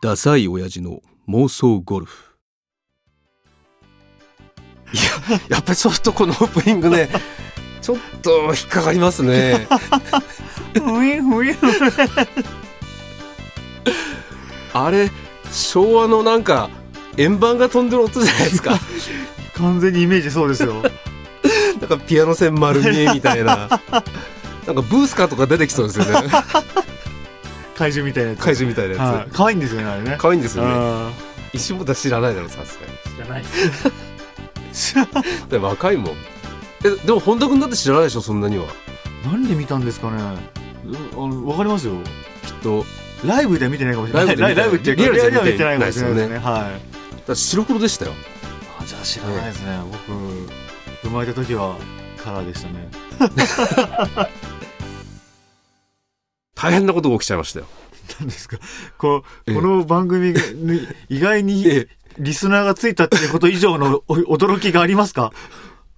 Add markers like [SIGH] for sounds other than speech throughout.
ダサい親父の妄想ゴルフやっぱりちょっとこのオープニン [LAUGHS] グねちょっと引っかかりますねふえふえあれ昭和のなんか円盤が飛んでる音じゃないです [LAUGHS] か完全にイメージそうで [LAUGHS] すよなんかピアノ線丸見えみたいななんかブースカーとか出てきそうですよね怪獣みたいなやつ怪獣みたいなはやい可愛いんですよねあれねつ可愛いんですよねあ石本は知らないだろさすがにー知らないだって若いもんえでも本田君だって知らないでしょそんなにはなんで見たんですかねあのわかりますよきっとライブでは見てないかもしれないライブで見てないライブっていうかリアルではリアルでは見てないかもしれないです見ねはいだから白黒でしたよあじゃあ知らないですね、僕生まれた時はカラーでしたね大変なことが起きちゃいましたよ何ですかこえうえこの番組がに意外えにリスナーがついたっていうこと以上のお驚きがありますか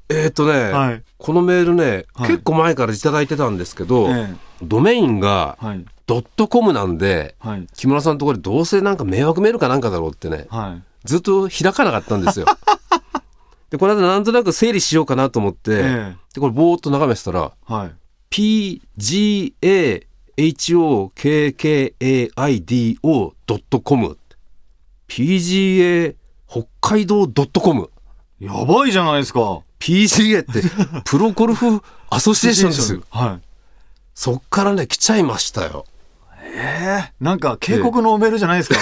えっ、とね、はい、このメールね、はい結構前からいただいてたんですけど、えドメインがえはいドットコムなんではい木村さんのところでどうせなんか迷惑メールかなんかだろうってねはいずっと開かなかったん [LAUGHS] ですよでこの間なんとなく整理しようかなと思って、ええでこれぼーっと眺めてたらはい pgahokkaid.com pga 北海道 .com やばいじゃないですか pga [LAUGHS] ってプロゴルフアソシエーションですよはいそっからね来ちゃいましたよええなんか警告のメールじゃないですか、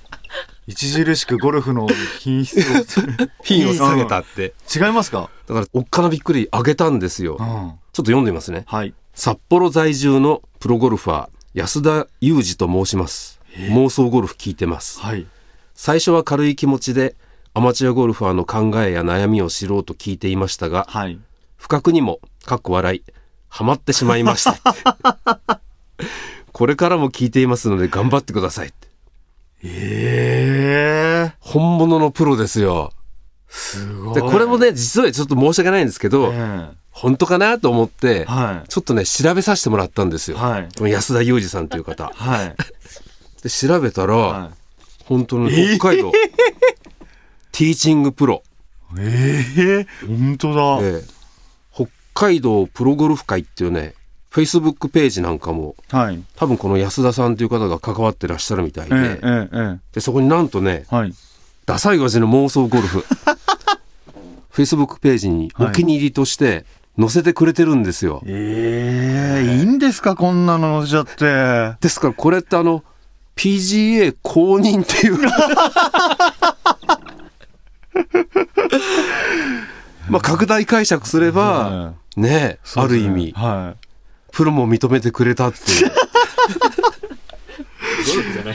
[LAUGHS] 著しくゴルフの品質を [LAUGHS] 品を下げたって違いますか、だからおっかなびっくりあげたんですよちうょっん、と読んでみますねはい札幌在住のプロゴルファー安田裕二と申します妄想ゴルフ聞いてますはい最初は軽い気持ちでアマチュアゴルファーの考えや悩みを知ろうと聞いていましたがはい不覚にもかっこ笑いハマってし [LAUGHS] まいましたこれからも聞いていますので頑張ってくださいってええ本物のプロですよすごいでこれもね実はちょっと申し訳ないんですけど、え本当かなと思ってえはちょっとね調べさせてもらったんですいよ、はいこの安田裕二さんという方はいで調べたら、は本当の北海道、 [LAUGHS] ティーチングプロ、いええ本当だええ北海道プロゴルフ会っていうねフェイスブックページなんかもはい多分この安田さんという方が関わってらっしゃるみたいえで,、ええええでそこになんとねえはいダサい味の妄想ゴルフ [LAUGHS] フェイスブックページにお気に入りとして載せてくれてるんですよ、ええいいんですかこんなの載せちゃってですからこれってあの PGA 公認っていう [LAUGHS] まあ拡大解釈すれば、ねえある意味はプロも認めてくれたっていう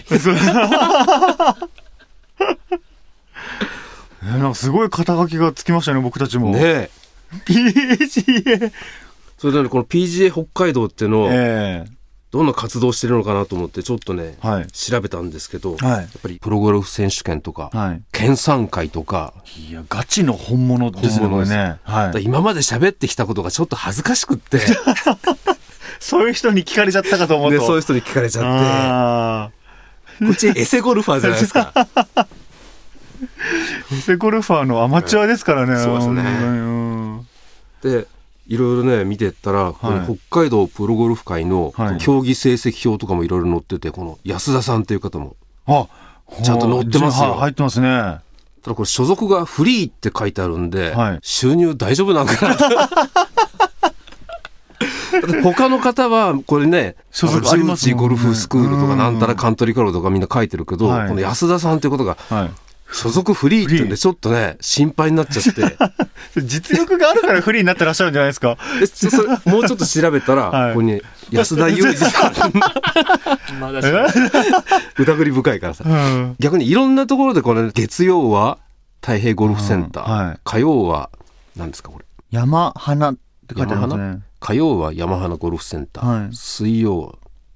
いえなんかすごい肩書きがつきましたね僕たちもねえ PGA それでねこの PGA 北海道っていうのを [LAUGHS] ええどんな活動してるのかなと思ってちょっとねはい調べたんですけどやっはいぱりプロゴルフ選手権とかはい県産会とかいやガチの本物ですね本物こでれすねはだから今まで喋ってきたことがちょっと恥ずかしくって [LAUGHS] そういう人に聞かれちゃったかと思うでとそういう人に聞かれちゃっああてこっちエセゴルファーじゃないです [LAUGHS] かニセゴルファーのアマチュアですからね。そうですね本当にうんでいろいろね見てったら、この北海道プロゴルフ会のはい競技成績表とかもいろいろ載っててこの安田さんという方もあ、ちゃんと乗ってますよはい入ってますね。あただこれ所属がフリーって書いてあるんで、はい収入大丈夫なんかな [LAUGHS] とだって他の方はこれね所属あありのますもんねゴルフスクールとかうんなんたらカントリーカロードとかみんな書いてるけど、はいこの安田さんということがはい。所属フリーっていうんでちょっとね心配になっち [LAUGHS] ゃって実力があるからフリーになってらっしゃるんじゃないですか。でちょそれもうちょっと調べたら、はいここにね安田裕二さんまだ疑り深いからさうん。逆にいろんなところでこれ月曜は太平ゴルフセンター、はい火曜は何ですかこれ山花って書いてあります山ね。火曜は山花ゴルフセンター、はい水曜は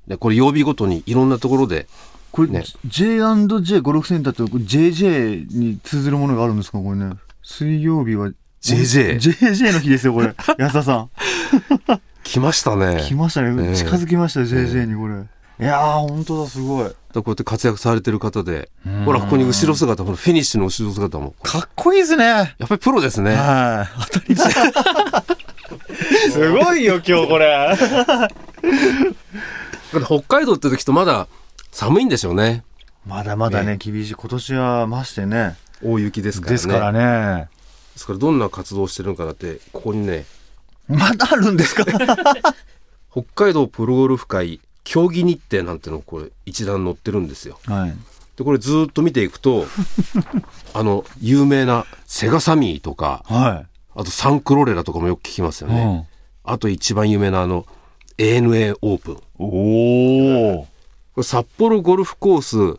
でこれ曜日ごとにいろんなところでこれ、ね J&J ゴルフセンターと JJ に通ずるものがあるんですかこれね。水曜日は JJ JJ の日ですよこれ。 [LAUGHS] 安田さん。来ました来ねましたええね。近づきました JJ にこれ。いやー、本当だ、すごい。こうやって活躍されてる方で、ほら、ここに後ろ姿、ほら、フィニッシュの後ろ姿も。かっこいいですね。やっぱりプロですね。はい。当たり前。 [LAUGHS] すごいよ、今日これ。だから北海道って時とまだ寒いんでしょうね。 [LAUGHS] まだまだね、厳しい。今年はましてね。大雪ですからね。ですからね。ですからどんな活動をしてるのかなって、ここにね、まだあるんですか北海道プロゴルフ会競技日程なんてのこれ一覧載ってるんですよ。はい。で、これずーっと見ていく [LAUGHS] と、あの、有名なセガサミーとか、はあとサンクロレラとかもよく聞きますい。よね。あと一番有名なあの、ANA オープン。こうん。おお。れ札幌ゴルフコース、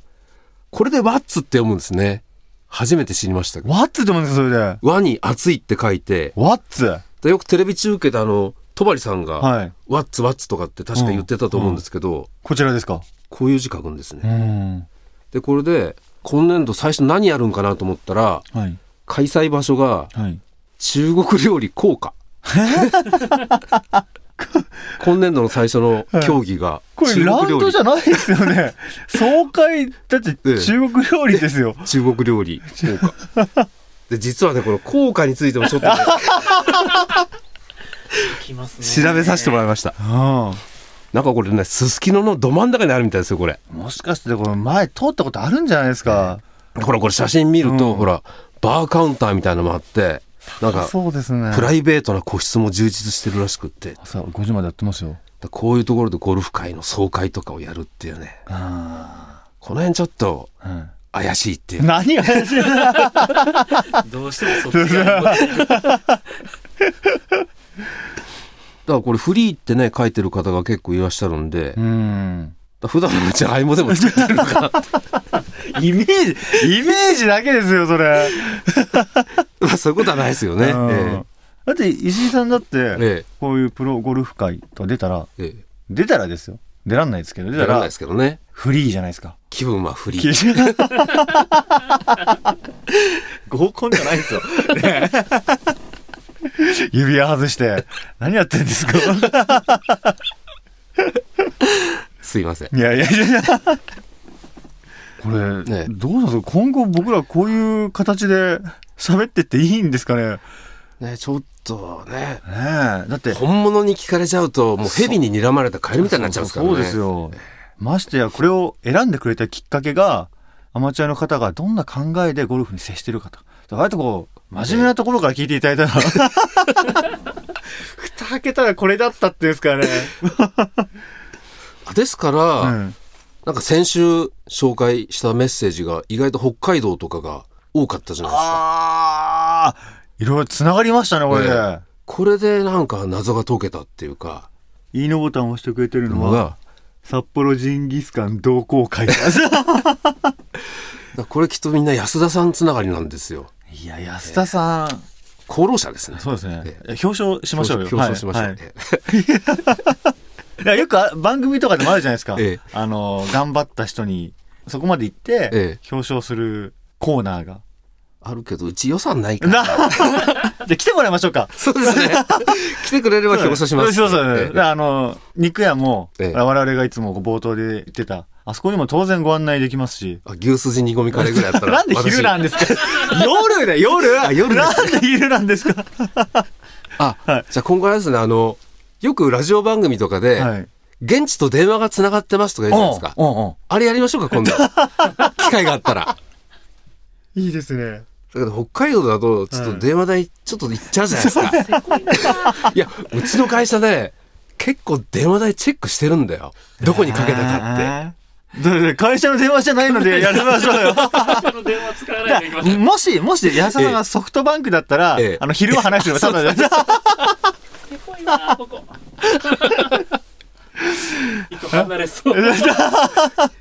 これでワッツって読むんですね。初めて知りましたけど。ワッツって思うんですか、それで。ワに熱いって書いて、ワッツでよくテレビ中継であの、戸張さんが、はい。ワッツワッツとかって確か言ってたと思うんですけど、こちらですか。こういう字書くんですね。ん。で、これで、今年度最初何やるんかなと思ったら、はい。開催場所がはい。中国料理効 [LAUGHS] 果。今年度の最初の競技がこれ中ラウ国料ンド理じ。ゃないですよね。 [LAUGHS] 爽快、だってええ中国料理ですよ。中国料理効果。 [LAUGHS] で、実はね、この効果についてもちょっとね、きます [LAUGHS] [LAUGHS] 調べさせてもらいました。うなんかこれね、すすきののど真ん中にあるみたいですよ、これ。ん。もしかしてこれ前通ったことあるんじゃないですか。ほら、これ写真見ると、うんほら、バーカウンターみたいなのもあって、なんか、そうですね。プライベートな個室も充実してるらしくって、だか朝5時までやってますよ。らこういうところでゴルフ会の総会とかをやるっていうね、あこの辺ちょっとあ。うん。怪しいっていう。何が怪しいどうしてもそっちがだからこれフリーってね、書いてる方が結構いらっしゃるんで、だかん。ら普段のうちはイモでも作ってるの [LAUGHS] かな。イメージ、イメージだけですよ、それ。まあそういうことはないですよね。うんだって石井さんだって、えええこういうプロゴルフ会と出たら、えええ出たらですよ。出らんないですけど、出やたらないらですけどね。フリーじゃないですか。 [LAUGHS] 気分はフリー。合コンじゃないですよ。指輪外して、何やってんです [LAUGHS] か [LAUGHS] すいません。いやいやいやいや。これ、ねどうなんですか今後僕らこういう形で喋ってっていいんですかねねね、ちょっとね、え。だって、本物に聞かれちゃうと、もう蛇に睨まれたカエルみたいになっちゃうんですからね。そうですよ。ましてや、これを選んでくれたきっかけが、アマチュアの方がどんな考えでゴルフに接してるかと。あえてこう、真面目なところから聞いていただいたら、 [LAUGHS] 蓋開けたらこれだったってですからね。あですから、なんか先週紹介したメッセージが意外と北海道とかが多かったじゃないですか。ああいろいろ繋がりましたね、これで。えこれでなんか謎が解けたっていうか、いいのボタンを押してくれてるののは、が、札幌ジンギスカン同好 [LAUGHS] 会。これきっとみんな安田さんつながりなんですよ。いや、安田さん。功労者ですね。そうですねえ。表彰しましょうよ。表彰しましょう、はいはいえだからよくあ番組とかでもあるじゃないですか。ええあの、頑張った人に、そこまで行って、ええ表彰するコーナーが。 [LAUGHS] あるけど、うち予算ないから。なじゃあ来てもらいましょうか。そうですね。 [LAUGHS] 来てくれれば表彰します。そうそうそう。えだからあの、肉屋も、ええ我々がいつもこう冒頭で言ってた、あそこにも当然ご案内できますし。あ牛すじ煮込みカレーぐらいだったら。 [LAUGHS] なんで昼なんですか夜だ、あ夜 [LAUGHS] 夜でなんで昼なんですか私あ、はいじゃあ今後あれですね、あの、よくラジオ番組とかで、はい。現地と電話が繋がってますとか言うじゃないですか。うんうんうんあれやりましょうか、 [LAUGHS] 今度。機会があったら。だいいですね。けど北海道だと、ちょっと電話代、ちょっと行っちゃうじゃないですか。 [LAUGHS] いや、うちの会社で、結構電話代チェックしてるんだよ。どこにかけたかっって。だって会社の電話じゃないの [LAUGHS] でやりましょうよ。他の電話使わないでいきましょもし、もし、安田さんがソフトバンクだったら、ええあの、昼は話してもただで、 [LAUGHS] う。すごいな、ここ。一個離れそう。て。い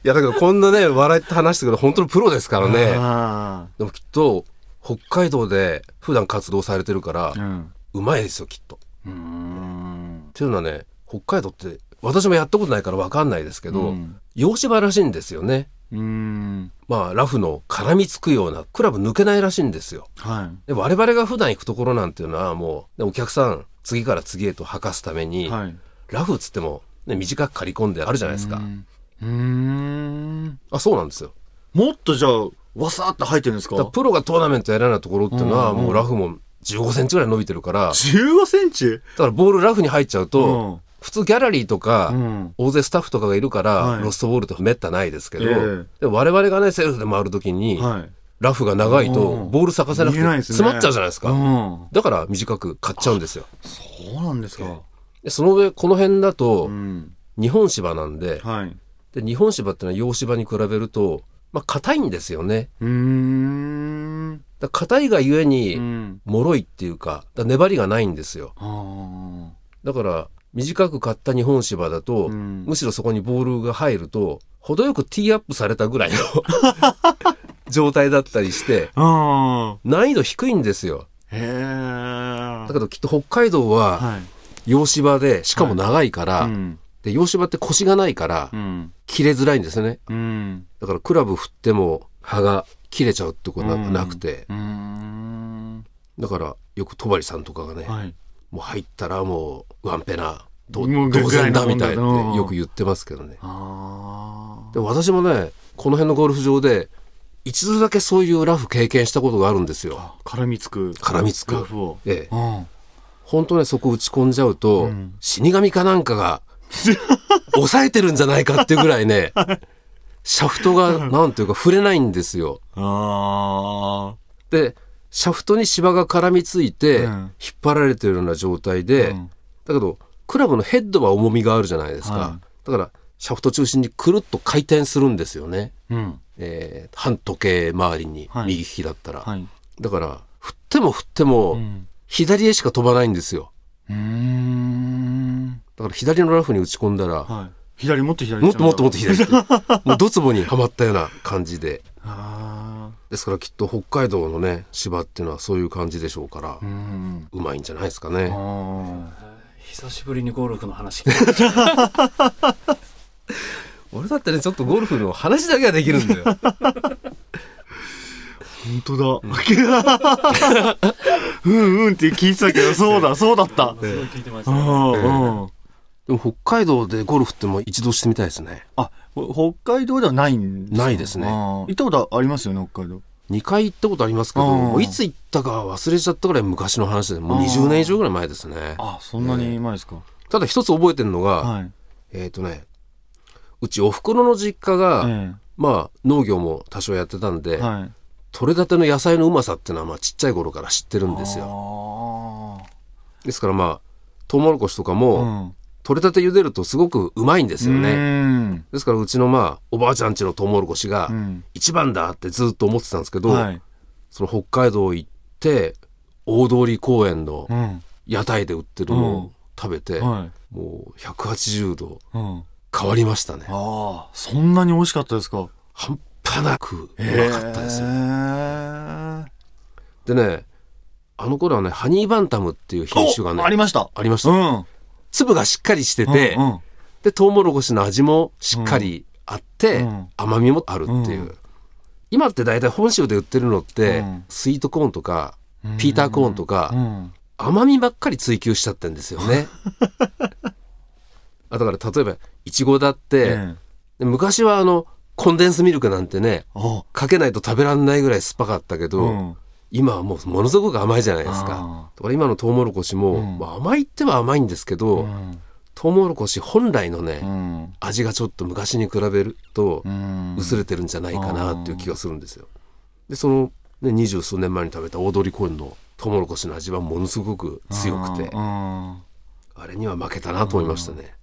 や、だけどこんなね、笑って話してくれる本当のプロですからね。あでもきっと、北海道で普段活動されてるからーう、ん。うまいですよ、きっと。っうーん。ていうのはね、北海道って、私もやったことないからわかんないですけうどん、洋芝らしいんですよね。うーん。まあ、ラフの絡みつくような、クラブ抜けないらしいんですよ。はで我々が普段行くところなんていうのはもう、でお客さん、次から次へと吐かすためい。に、はい。ラフっつっても、ね、短く刈り込んであるじゃないですか。うんうーん。あ、そうなんですよ。もっとじゃあ、わさーって入ってるんですだからかプロがトーナメントやらないところっていうのは、うんうんもうラフも15センチぐらい伸びてるから、だ ?15 センチからボールラフに入っちゃうと、普通ギャラリーとか、ん。大勢スタッフとかがいるから、はいロストボールとかめったないですけど、ええでも我々がね、セルフで回るときに、はい。ラフが長いと、うんボール咲かせなくて、見えないですね詰まっちゃうじゃないですか。うん。だから短く買っちゃうんですよ。そうなんですか。でその上、この辺だと、ん。日本芝なんで、はい。で日本芝ってのは洋芝に比べると、まあ、硬いんですよね。うーん。だから硬いがゆえに、うん。脆いっていうか、だから粘りがないんですよ。あーだから、短く買った日本芝だと、うんむしろそこにボールが入ると、程よくティーアップされたぐらいの [LAUGHS] 状態だったりして、あ難易度低いんですよ。ー。へえ。だけどきっと北海道ははい。洋芝で、しかも長いから、うん。で洋芝って腰がないからう、ん。切れづらいんですよね。うん。だからクラブ振っても刃が切れちゃうってことはうんなくて、うーん。だからよく戸張さんとかがね、はい。もう入ったらもうワンペナ、どもう同然だみたいってぐらいのもんだなよく言ってますけどね。あで私もね、この辺のゴルフ場で、一度だけそういうラフ経験したことがあるんですよ。あ。絡みつく。絡みつくラフを。ええ。うん。本当ね、そこ打ち込んじゃうと、うん死神かなんか [LAUGHS] が、抑えてるんじゃないかっていうぐらいね、シャフトが、なんていうか触れないんですよ。あで、シャフトに芝が絡みついて、うん引っ張られてるような状態あ。で、うんだけど、クラブのヘッドは重みがあるじゃないですか。はだから、シャフト中心にくるっと回転するんですよね。うん。えー半時計回りに、はい右利きだったら。はい。だから、振っても振っても、うん。左へしか飛ばないんですよ。うーん。だから左のラフに打ち込んだら、はい。左もっと左もっともっともっと。と左 [LAUGHS] って、もうドツボにはまったような感じで。あですからきっと北海道のね、芝っていうのはそういう感じでしょうから、あ。うん。うまいんじゃないですかあね。あ。久しぶりにゴルフの話聞いた俺だってね、ちょっとゴルフの話だけはできるんだよ。本当だ。 [LAUGHS] うんうんって聞いてたけど、そうだ、そうだった。あすごい聞いてましたねあ、うん。でも北海道でゴルフってもう一度してみたいですね。あ、ほ北海道ではないんですかないですねあー行ったことありますよね、北海道。 2回行ったことありますけど、うんもういつ行ったか忘れちゃったぐらい昔の話で、もう20年以上ぐらい前ですね。あ、そんなに前ですか。ただ一つ覚えてるのが、はい。えっ、とね、うちお袋の実家が、えまあ農業も多少やってたんで、え。はい。取れたての野菜のうまさっていうのはまあちっちゃい頃から知ってるんですよ。よ。ですからまあ、トウモロコシとかも、うん。取れたて茹でるとすごくうまいんですようね。ん。ですからうちのまあ、おばあちゃんちのトウモロコシがう、ん。一番だってずっと思ってたんですけど、はい。その北海道行って、大通公園のうん。屋台で売ってるのうを食べて、はい。もう180度うん。あ変わりましたね。あ、そんなに美味しかったですか。半端なくうまかったですよ。ね。でね、あの頃はね、ハニーバンタムっていう品種がね、おありました。ありましうた。ん。粒がしっかりしてて、うんうんで、トウモロコシの味もしっかりあって、うん甘みもあるっていう。うん今って大体本州で売ってるのって、うんスイートコーンとか、ピーターコーンとか、うん。甘みばっかり追求しちゃってんですよ [LAUGHS] ね。あだから例えば、いちごだって、ええで昔はあの、コンデンスミルクなんてね、あかけないと食べらんないぐらい酸っぱかったけど、うん今はもうものすごく甘いじゃないですあか。だから今のトウモロコシも、うんまあ甘いっては甘いんですけど、うんトウモロコシ本来のね、うん。味がちょっと昔に比べるとうん薄れてるんじゃないかなっていう気がするんですよ。で、その、ね、二十数年前に食べた大通公園のトウモロコシの味はものすごく強くて、うんあれには負けたなと思いましたね。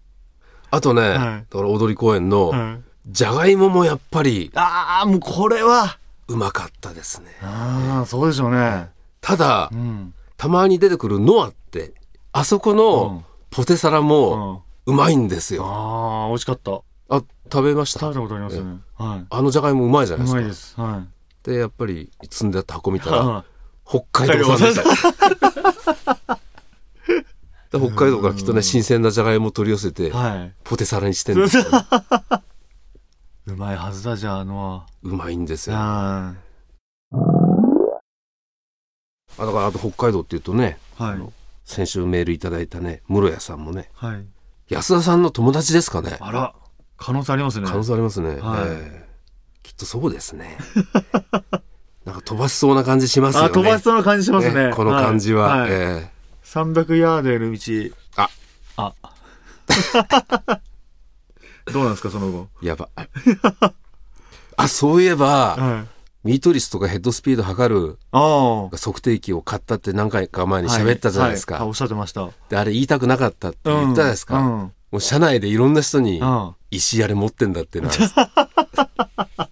あとね、いだから踊り公園の、はいじゃがいももやっぱりああ、もうこれは。うまかったですね。ああ、そうでしょうね。ただう、ん。たまに出てくるノアって、あそこうんのポテサラもあうまいんですよ。あー、美味しかった。あ、食べました食べたことありますよね。はあのじゃがいもうまいじゃい。なういですまか。いです。で、はやっぱり積んであった箱見い。たら、は北海道産みたい。で北海道からきっとね、新鮮なじゃがいもを取り寄せてい。、はい。ポテサラにしてるんですよね。うまいはずだじゃあ、あのうまいんですよ。あは。だから、あと北海道っていうとね、はい。先週メールいただいたね、室屋さんもね、はい。安田さんの友達ですかね。あら、可能性ありますね。可能性ありますね。はいええきっとそうですね。 [LAUGHS] なんか飛ばしそうな感じしますよね。あ、飛ばしそうな感じしますね。ねこの感じは。いいえ300ヤードへの道。あ。 [LAUGHS] あ。どうなんですか、その後。えやば。あ、そういえば、はい。ミートリスとかヘッドスピード測るああ。測定器を買ったって何回か前に喋ったじゃないですか。ははあおっしゃってました。であれ言いたくなかったって言ったじゃないですか。うんもう社内でいろんな人にう、ん。うん石あれ持ってんだっていうの [LAUGHS] は、っ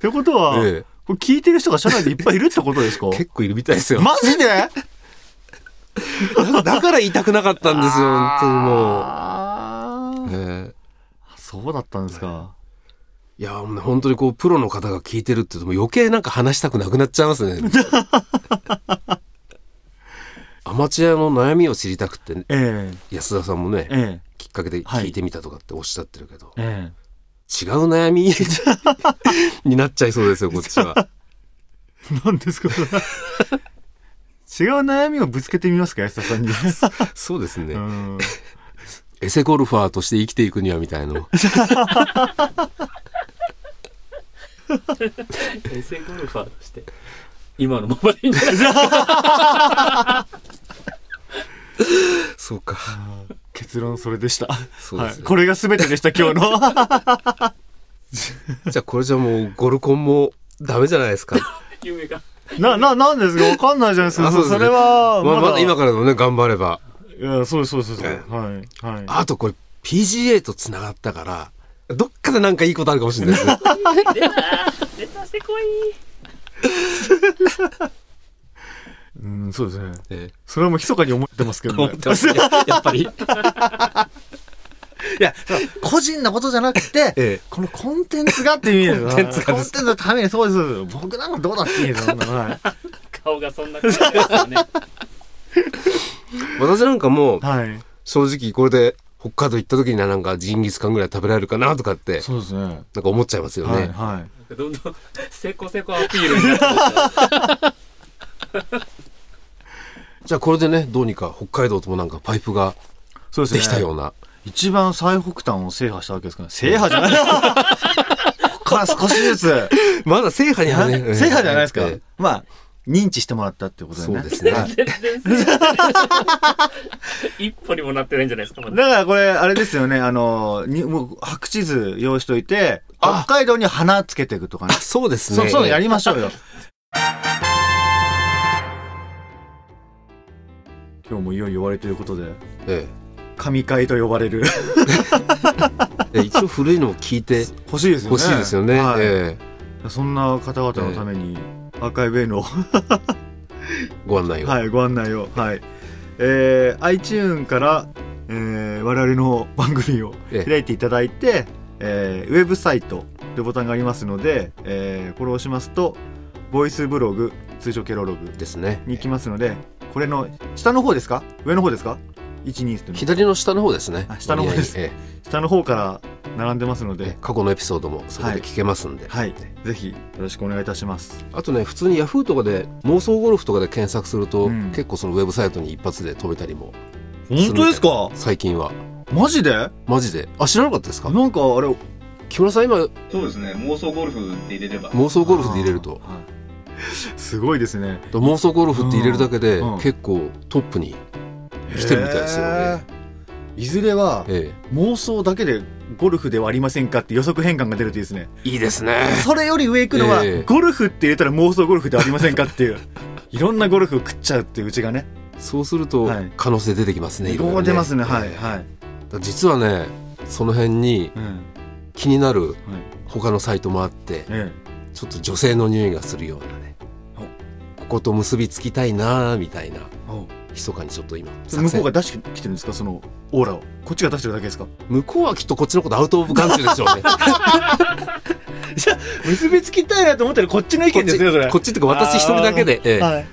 てことは、えこれ聞いてる人が社内でいっぱいいるってことですか [LAUGHS] え結構いるみたいですよ。マジで [LAUGHS] だから言いたくなかったんですよ、本当にもう。あーええそうだったんですか。いや、もうね本当にこう、プロの方が聞いてるって言うと、もう余計なんか話したくなくなっちゃい [LAUGHS] ますね。アマチュアの悩みを知りたくって、え安田さんもえね、えきっかけで聞いてみたとかっておっしゃってるけど、ええ違う悩み [LAUGHS] になっちゃいそうですよ、こっちは。え何ですかそ [LAUGHS] れ違う悩みをぶつけてみますか安田さんに。そうですね。うんエセゴルファーとして生きていくにはみたいな。エセゴルファーとして今のままでいいんじゃないですかそうか。結論それでした。そうですねはい、これが全てでした、今 [LAUGHS] 日の。じゃあこれじゃもうゴルコンもダメじゃないですか。夢がな、な、なんですかわかんないじゃないですか。あ [LAUGHS] そそうですそねれは、まあ、まだ今かからでもね、頑張れば。ら。いや、そうですそうですそうでえす。はい。はい。あとこれ PGA と繋がったから、どっかでなんかいいことあるかもしれない [LAUGHS] ですね。出たせこいうん、そうですね。えそれはもう密かに思ってますけえど思っね。てますねやっぱり。いや、個人のことじゃなく [LAUGHS] えて、えこのコンテンツがっていう意味でコンテンツがコンテンツのためにそうです。僕なんかどうだっていいですよ。そんなはい。顔がそんな感じですよね私なんかもう、はい。正直これで北海道行った時にはなんかジンギスカンぐらい食べられるかなとかって、そうですね。なんか思っちゃいますよね。はい、はい。どんどんせこせこアピールになってましたじゃあこれでね、どうにか北海道ともなんかパイプがそうですでね。きたような。一番最北端を制覇したわけですから制覇じゃない。ここから少しずつ。 [LAUGHS] まだ制覇にはね。ええ制覇じゃないですかええ。まあ、認知してもらったってことだよそね。うですね。全然正解一歩にもなってないんじゃないですか、まだ、だからこれ、あれですよね、あの、にもう白地図用意しといて、あ北海道に花つけていくとかねあ。そうですね。そう、そういうのやりましょうよ。 [LAUGHS] 今日もいよいよ終わりということで、え神会と呼ばれる。 [LAUGHS] え、一応古いのを聞いて欲しいですよね。ほしいですよね。はいえそんな方々のために、アーカイブへのえご案内を。 [LAUGHS] はい、ご案内を。はい。えー、iTune から、えー、我々の番組をええ開いていただいて、えーウェブサイトというボタンがありますので、えーこれを押しますと、ボイスブログ、通常ケロログですね。に行きますので、これの下の方ですか上の方ですか ?12 っていうの左の下の方ですね。あ下の方ですえ下の方から並んでますのえええで、過去のエピソードもそこで聞けますんで。はい、ぜひよろしくお願いいたします。あとね、普通にヤフーとかで妄想ゴルフとかで検索すると、うん結構そのウェブサイトに一発で飛べたりも、本当ですか最近は。マジでなマジで。あ、知らなかったですかんかあれ、木村さん今、そうですね妄想ゴルフで入れれば妄想ゴルフで入れると。あー。はい [LAUGHS] すごいですね。妄想ゴルフって入れるだけで、うんうん結構トップに来てるみたいですよね。へー。いずれはえ妄想だけでゴルフではありませんかって予測変換が出るといいですね。え、いいですね。それより上行くのは、ええゴルフって入れたら妄想ゴルフではありませんかっていう。 [LAUGHS] いろんなゴルフを食っちゃうっていううちがね。そうするとはい可能性出てきますね。いろいろ出ますね。はいええはい。だから実はね、その辺にうん。気になるはい。他のサイトもあって、えちょっと女性の匂いがするようなね。ここと結びつきたいなーみたいな、え。お密かにちょっと今。向こうがが出してきてるんですかそのオーラを。こっちが出してるだけですか向こうはきっとこっちのことアウトオブ眼中でし [LAUGHS] ょうね。結びつきたいなと思ったらこっちの意こっちこっちってか私一人だけで、ええはい。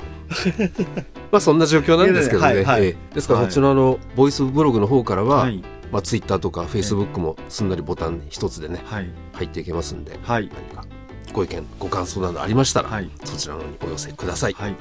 まあそんな状況なんですけどね。いやいやはいはえいえですからはいこっちのあの、ボイスブログの方からは、はい。まあ、ツイッターとかフェイスブックもすんなりボタン一つでねはい。入っていけますんではい。何かご意見ご感想などありましたら、はい。そちらの方にお寄せください。はい。